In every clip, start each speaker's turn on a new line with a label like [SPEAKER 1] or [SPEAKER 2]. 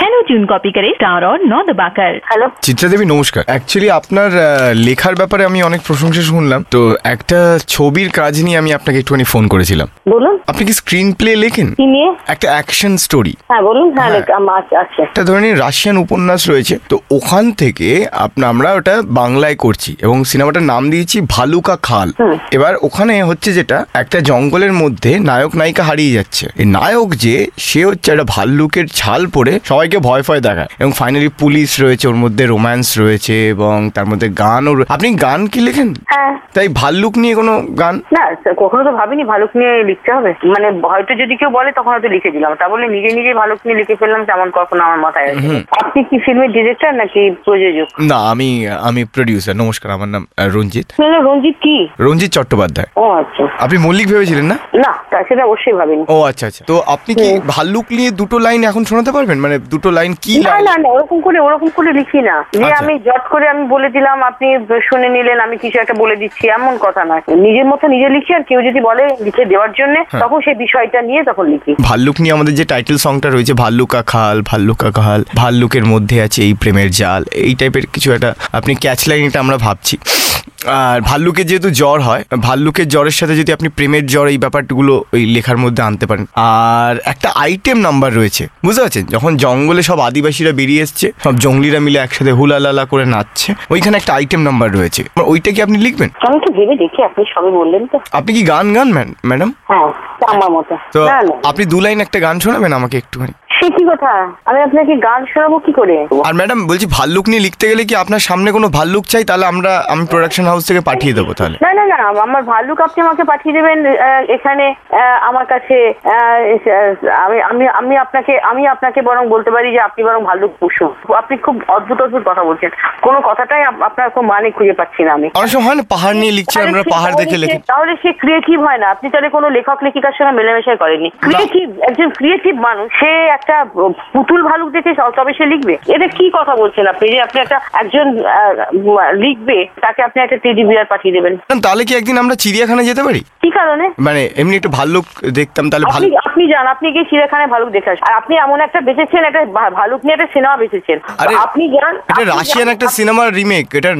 [SPEAKER 1] Hello June copy করে star অর নদ বাকার হ্যালো
[SPEAKER 2] চিত্রাদেবী নমস্কার অ্যাকচুয়ালি আপনার আহ, লেখার ব্যাপারে আমি অনেক প্রশংসা শুনলাম তো একটা ছবির কাজ নিয়ে আমি আপনাকে একটুখানি ফোন করেছিলাম
[SPEAKER 1] বলুন
[SPEAKER 2] আপনি কি স্ক্রিন প্লে লেখেন
[SPEAKER 1] কি নিয়ে
[SPEAKER 2] একটা অ্যাকশন স্টোরি
[SPEAKER 1] হ্যাঁ বলুন হ্যাঁ
[SPEAKER 2] হ্যাঁ।
[SPEAKER 1] লেখ- আমার আছে- আছে
[SPEAKER 2] একটা ধরে নিন রাশিয়ান উপন্যাস রয়েছে তো ওখান থেকে আপনা- আমরা ওটা বাংলায় করছি এবং সিনেমাটার নাম দিয়েছি ভালুকা খাল এবার ওখানে হচ্ছে যেটা একটা জঙ্গলের মধ্যে নায়ক নায়িকা হারিয়ে যাচ্ছে এই নায়ক যে সে হচ্ছে একটা ভাল্লুকের ছাল পরে সবাইকে ভয় ভয় দেখায় এবং ফাইনালি পুলিশ রয়েছে ওর মধ্যে রোম্যান্স রয়েছে এবং তার মধ্যে গানও রয়ে- আপনি গান কি লেখেন
[SPEAKER 1] হ্যাঁ
[SPEAKER 2] তাই ভাল্লুক নিয়ে কোনো গান
[SPEAKER 1] না sir, কখনো তো ভাবিনি ভালুক নিয়ে লিখতে হবে মানে হয়তো যদি কেউ বলে তখন হয়তো লিখে দিলাম তা বলে নিজে নিজে ভালুক নিয়ে লিখে ফেললাম তেমন কখনো আমার মাথায় আসেনি। আপনি কি ফিল্মের ডিরেক্টর নাকি প্রযোজক
[SPEAKER 2] না আমি আমি প্রডিউসার নমস্কার আমার নাম আহ, রঞ্জিত
[SPEAKER 1] না, না, রঞ্জিত কি
[SPEAKER 2] রঞ্জিত চট্টোপাধ্যায়
[SPEAKER 1] ও আচ্ছা
[SPEAKER 2] আপনি মল্লিক ভেবেছিলেন না
[SPEAKER 1] না তা সেটা অবশ্যই ভাবিনি
[SPEAKER 2] ও আচ্ছা আচ্ছা তো আপনি কি
[SPEAKER 1] হ্যাঁ।
[SPEAKER 2] ভাল্লুক নিয়ে দুটো লাইন এখন শোনাতে পারবেন মানে দুটো লাইন কি
[SPEAKER 1] না
[SPEAKER 2] লাইন
[SPEAKER 1] না না ওরকম করে ওরকম করে লিখি না যে
[SPEAKER 2] আচ্ছা।
[SPEAKER 1] আমি জট করে আমি বলে দিলাম আপনি শুনে নিলেন আমি কিছু একটা বলে দিচ্ছি এমন কথা না নিজের মতো নিজে লিখি আর কেউ যদি বলে লিখে দেওয়ার জন্য
[SPEAKER 2] হ্যাঁ।
[SPEAKER 1] তখন সেই বিষয়টা নিয়ে তখন লিখি
[SPEAKER 2] ভাল্লুক নিয়ে আমাদের যে টাইটেল সংটা রয়েছে ভাল্লুকা খাল ভাল্লুকা খাল ভাল্লুকের মধ্যে আছে এই প্রেমের জাল এই টাইপের কিছু একটা আপনি ক্যাচ লাইন এটা আমরা ভাবছি আর ভাল্লুকের যেহেতু জ্বর হয় ভাল্লুকের জ্বরের সাথে যদি আপনি প্রেমের জ্বর এই ব্যাপারগুলো ওই লেখার মধ্যে আনতে পারেন আর একটা আইটেম নাম্বার রয়েছে বুঝতে পারছেন যখন জঙ্গলে সব আদিবাসীরা বেরিয়ে এসছে সব জঙ্গলিরা মিলে একসাথে হুলালালা করে নাচছে ওইখানে একটা আইটেম নাম্বার রয়েছে ওইটা কি আপনি লিখবেন
[SPEAKER 1] আমি তো ভেবে দেখি আপনি সবে বললেন তো
[SPEAKER 2] আপনি কি গান গান ম্যান- ম্যাডাম
[SPEAKER 1] হ্যাঁ তা আমার মতো
[SPEAKER 2] তো
[SPEAKER 1] না না
[SPEAKER 2] আপনি দু লাইন একটা গান শোনাবেন আমাকে একটুখানি
[SPEAKER 1] সে কি কথা আমি আপনাকে গান শোনাবো কি করে
[SPEAKER 2] আর ম্যাডাম বলছি ভাল্লুক নিয়ে লিখতে গেলে কি আপনার সামনে কোনো ভাল্লুক চাই তাহলে আমরা আমি প্রোডাকশন হাউস থেকে পাঠিয়ে দেবো তাহলে
[SPEAKER 1] না না না আমার ভালুক আপনি আমাকে পাঠিয়ে দেবেন আহ, এখানে আহ, আমার কাছে আহ, এস- এস- আমি আমি আমি আপনাকে আমি আপনাকে বরং বলতে পারি যে আপনি বরং ভালুক পুষুন আপনি খুব অদ্ভুত অদ্ভুত কথা বলছেন কোনো কথাটাই আপ- আপনার কোনো মানে খুঁজে পাচ্ছি না আমি
[SPEAKER 2] অনেক সময় হয় না পাহাড় নিয়ে লিখছি আমরা
[SPEAKER 1] তাহলে সে-
[SPEAKER 2] পাহাড় দেখে
[SPEAKER 1] তাহলে
[SPEAKER 2] লিখি
[SPEAKER 1] সে- তাহলে সে ক্রিয়েটিভ হয় না আপনি তাহলে কোনো লেখক লেখিকার সঙ্গে মেলামেশাই করেনি ক্রিয়েটিভ একজন ক্রিয়েটিভ মানুষ সে একটা পুতুল ভালুক দেখে স- তবে সে লিখবে এটা কি কথা বলছেন আপনি যে আপনি একটা একজন আহ, লিখবে তাকে আপনি একটা টেডি বিয়ার পাঠিয়ে দেবেন
[SPEAKER 2] ম্যাডাম তাহলে কি একদিন আমরা চিড়িয়াখানা যেতে পারি
[SPEAKER 1] কি কারণে
[SPEAKER 2] মানে এমনি একটু ভাল্লুক দেখতাম তাহলে ভালো
[SPEAKER 1] আপনি আপনি যান আপনি গিয়ে চিড়িয়াখানায় ভালুক দেখে আসুন। আর আপনি এমন একটা বেঁচেছেন একটা ভা- ভালুক নিয়ে একটা সিনেমা বেঁচেছেন
[SPEAKER 2] আরে
[SPEAKER 1] আপনি যান
[SPEAKER 2] এটা
[SPEAKER 1] আপনি যান,
[SPEAKER 2] রাশিয়ান একটা
[SPEAKER 1] আপনি-
[SPEAKER 2] সিনেমার রিমেক এটা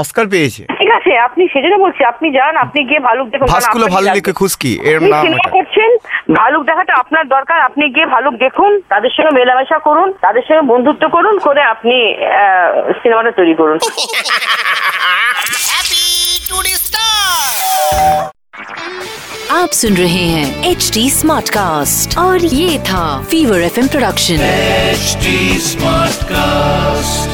[SPEAKER 2] অস্কার পেয়েছে
[SPEAKER 1] ঠিক আছে আপনি সেজন্য বলছি আপনি যান আপনি গিয়ে ভালুক দেখুন কারণ
[SPEAKER 2] ভাস্কুলা
[SPEAKER 1] আপনারই লাগবে।
[SPEAKER 2] ভাল্লুকে খুশকি এর
[SPEAKER 1] আপনি
[SPEAKER 2] নাম
[SPEAKER 1] সিনেমা
[SPEAKER 2] এটা।
[SPEAKER 1] করছেন ভালুক দেখাটা আপনার দরকার আপনি গিয়ে ভালুক দেখুন তাদের সঙ্গে মেলামেশা করুন তাদের সঙ্গে বন্ধুত্ব করুন করে আপনি আহ, সিনেমাটা তৈরি করুন
[SPEAKER 3] आप सुन रहे हैं एच डी स्मार्ट कास्ट और ये था Fever F production
[SPEAKER 4] HD Smartcast.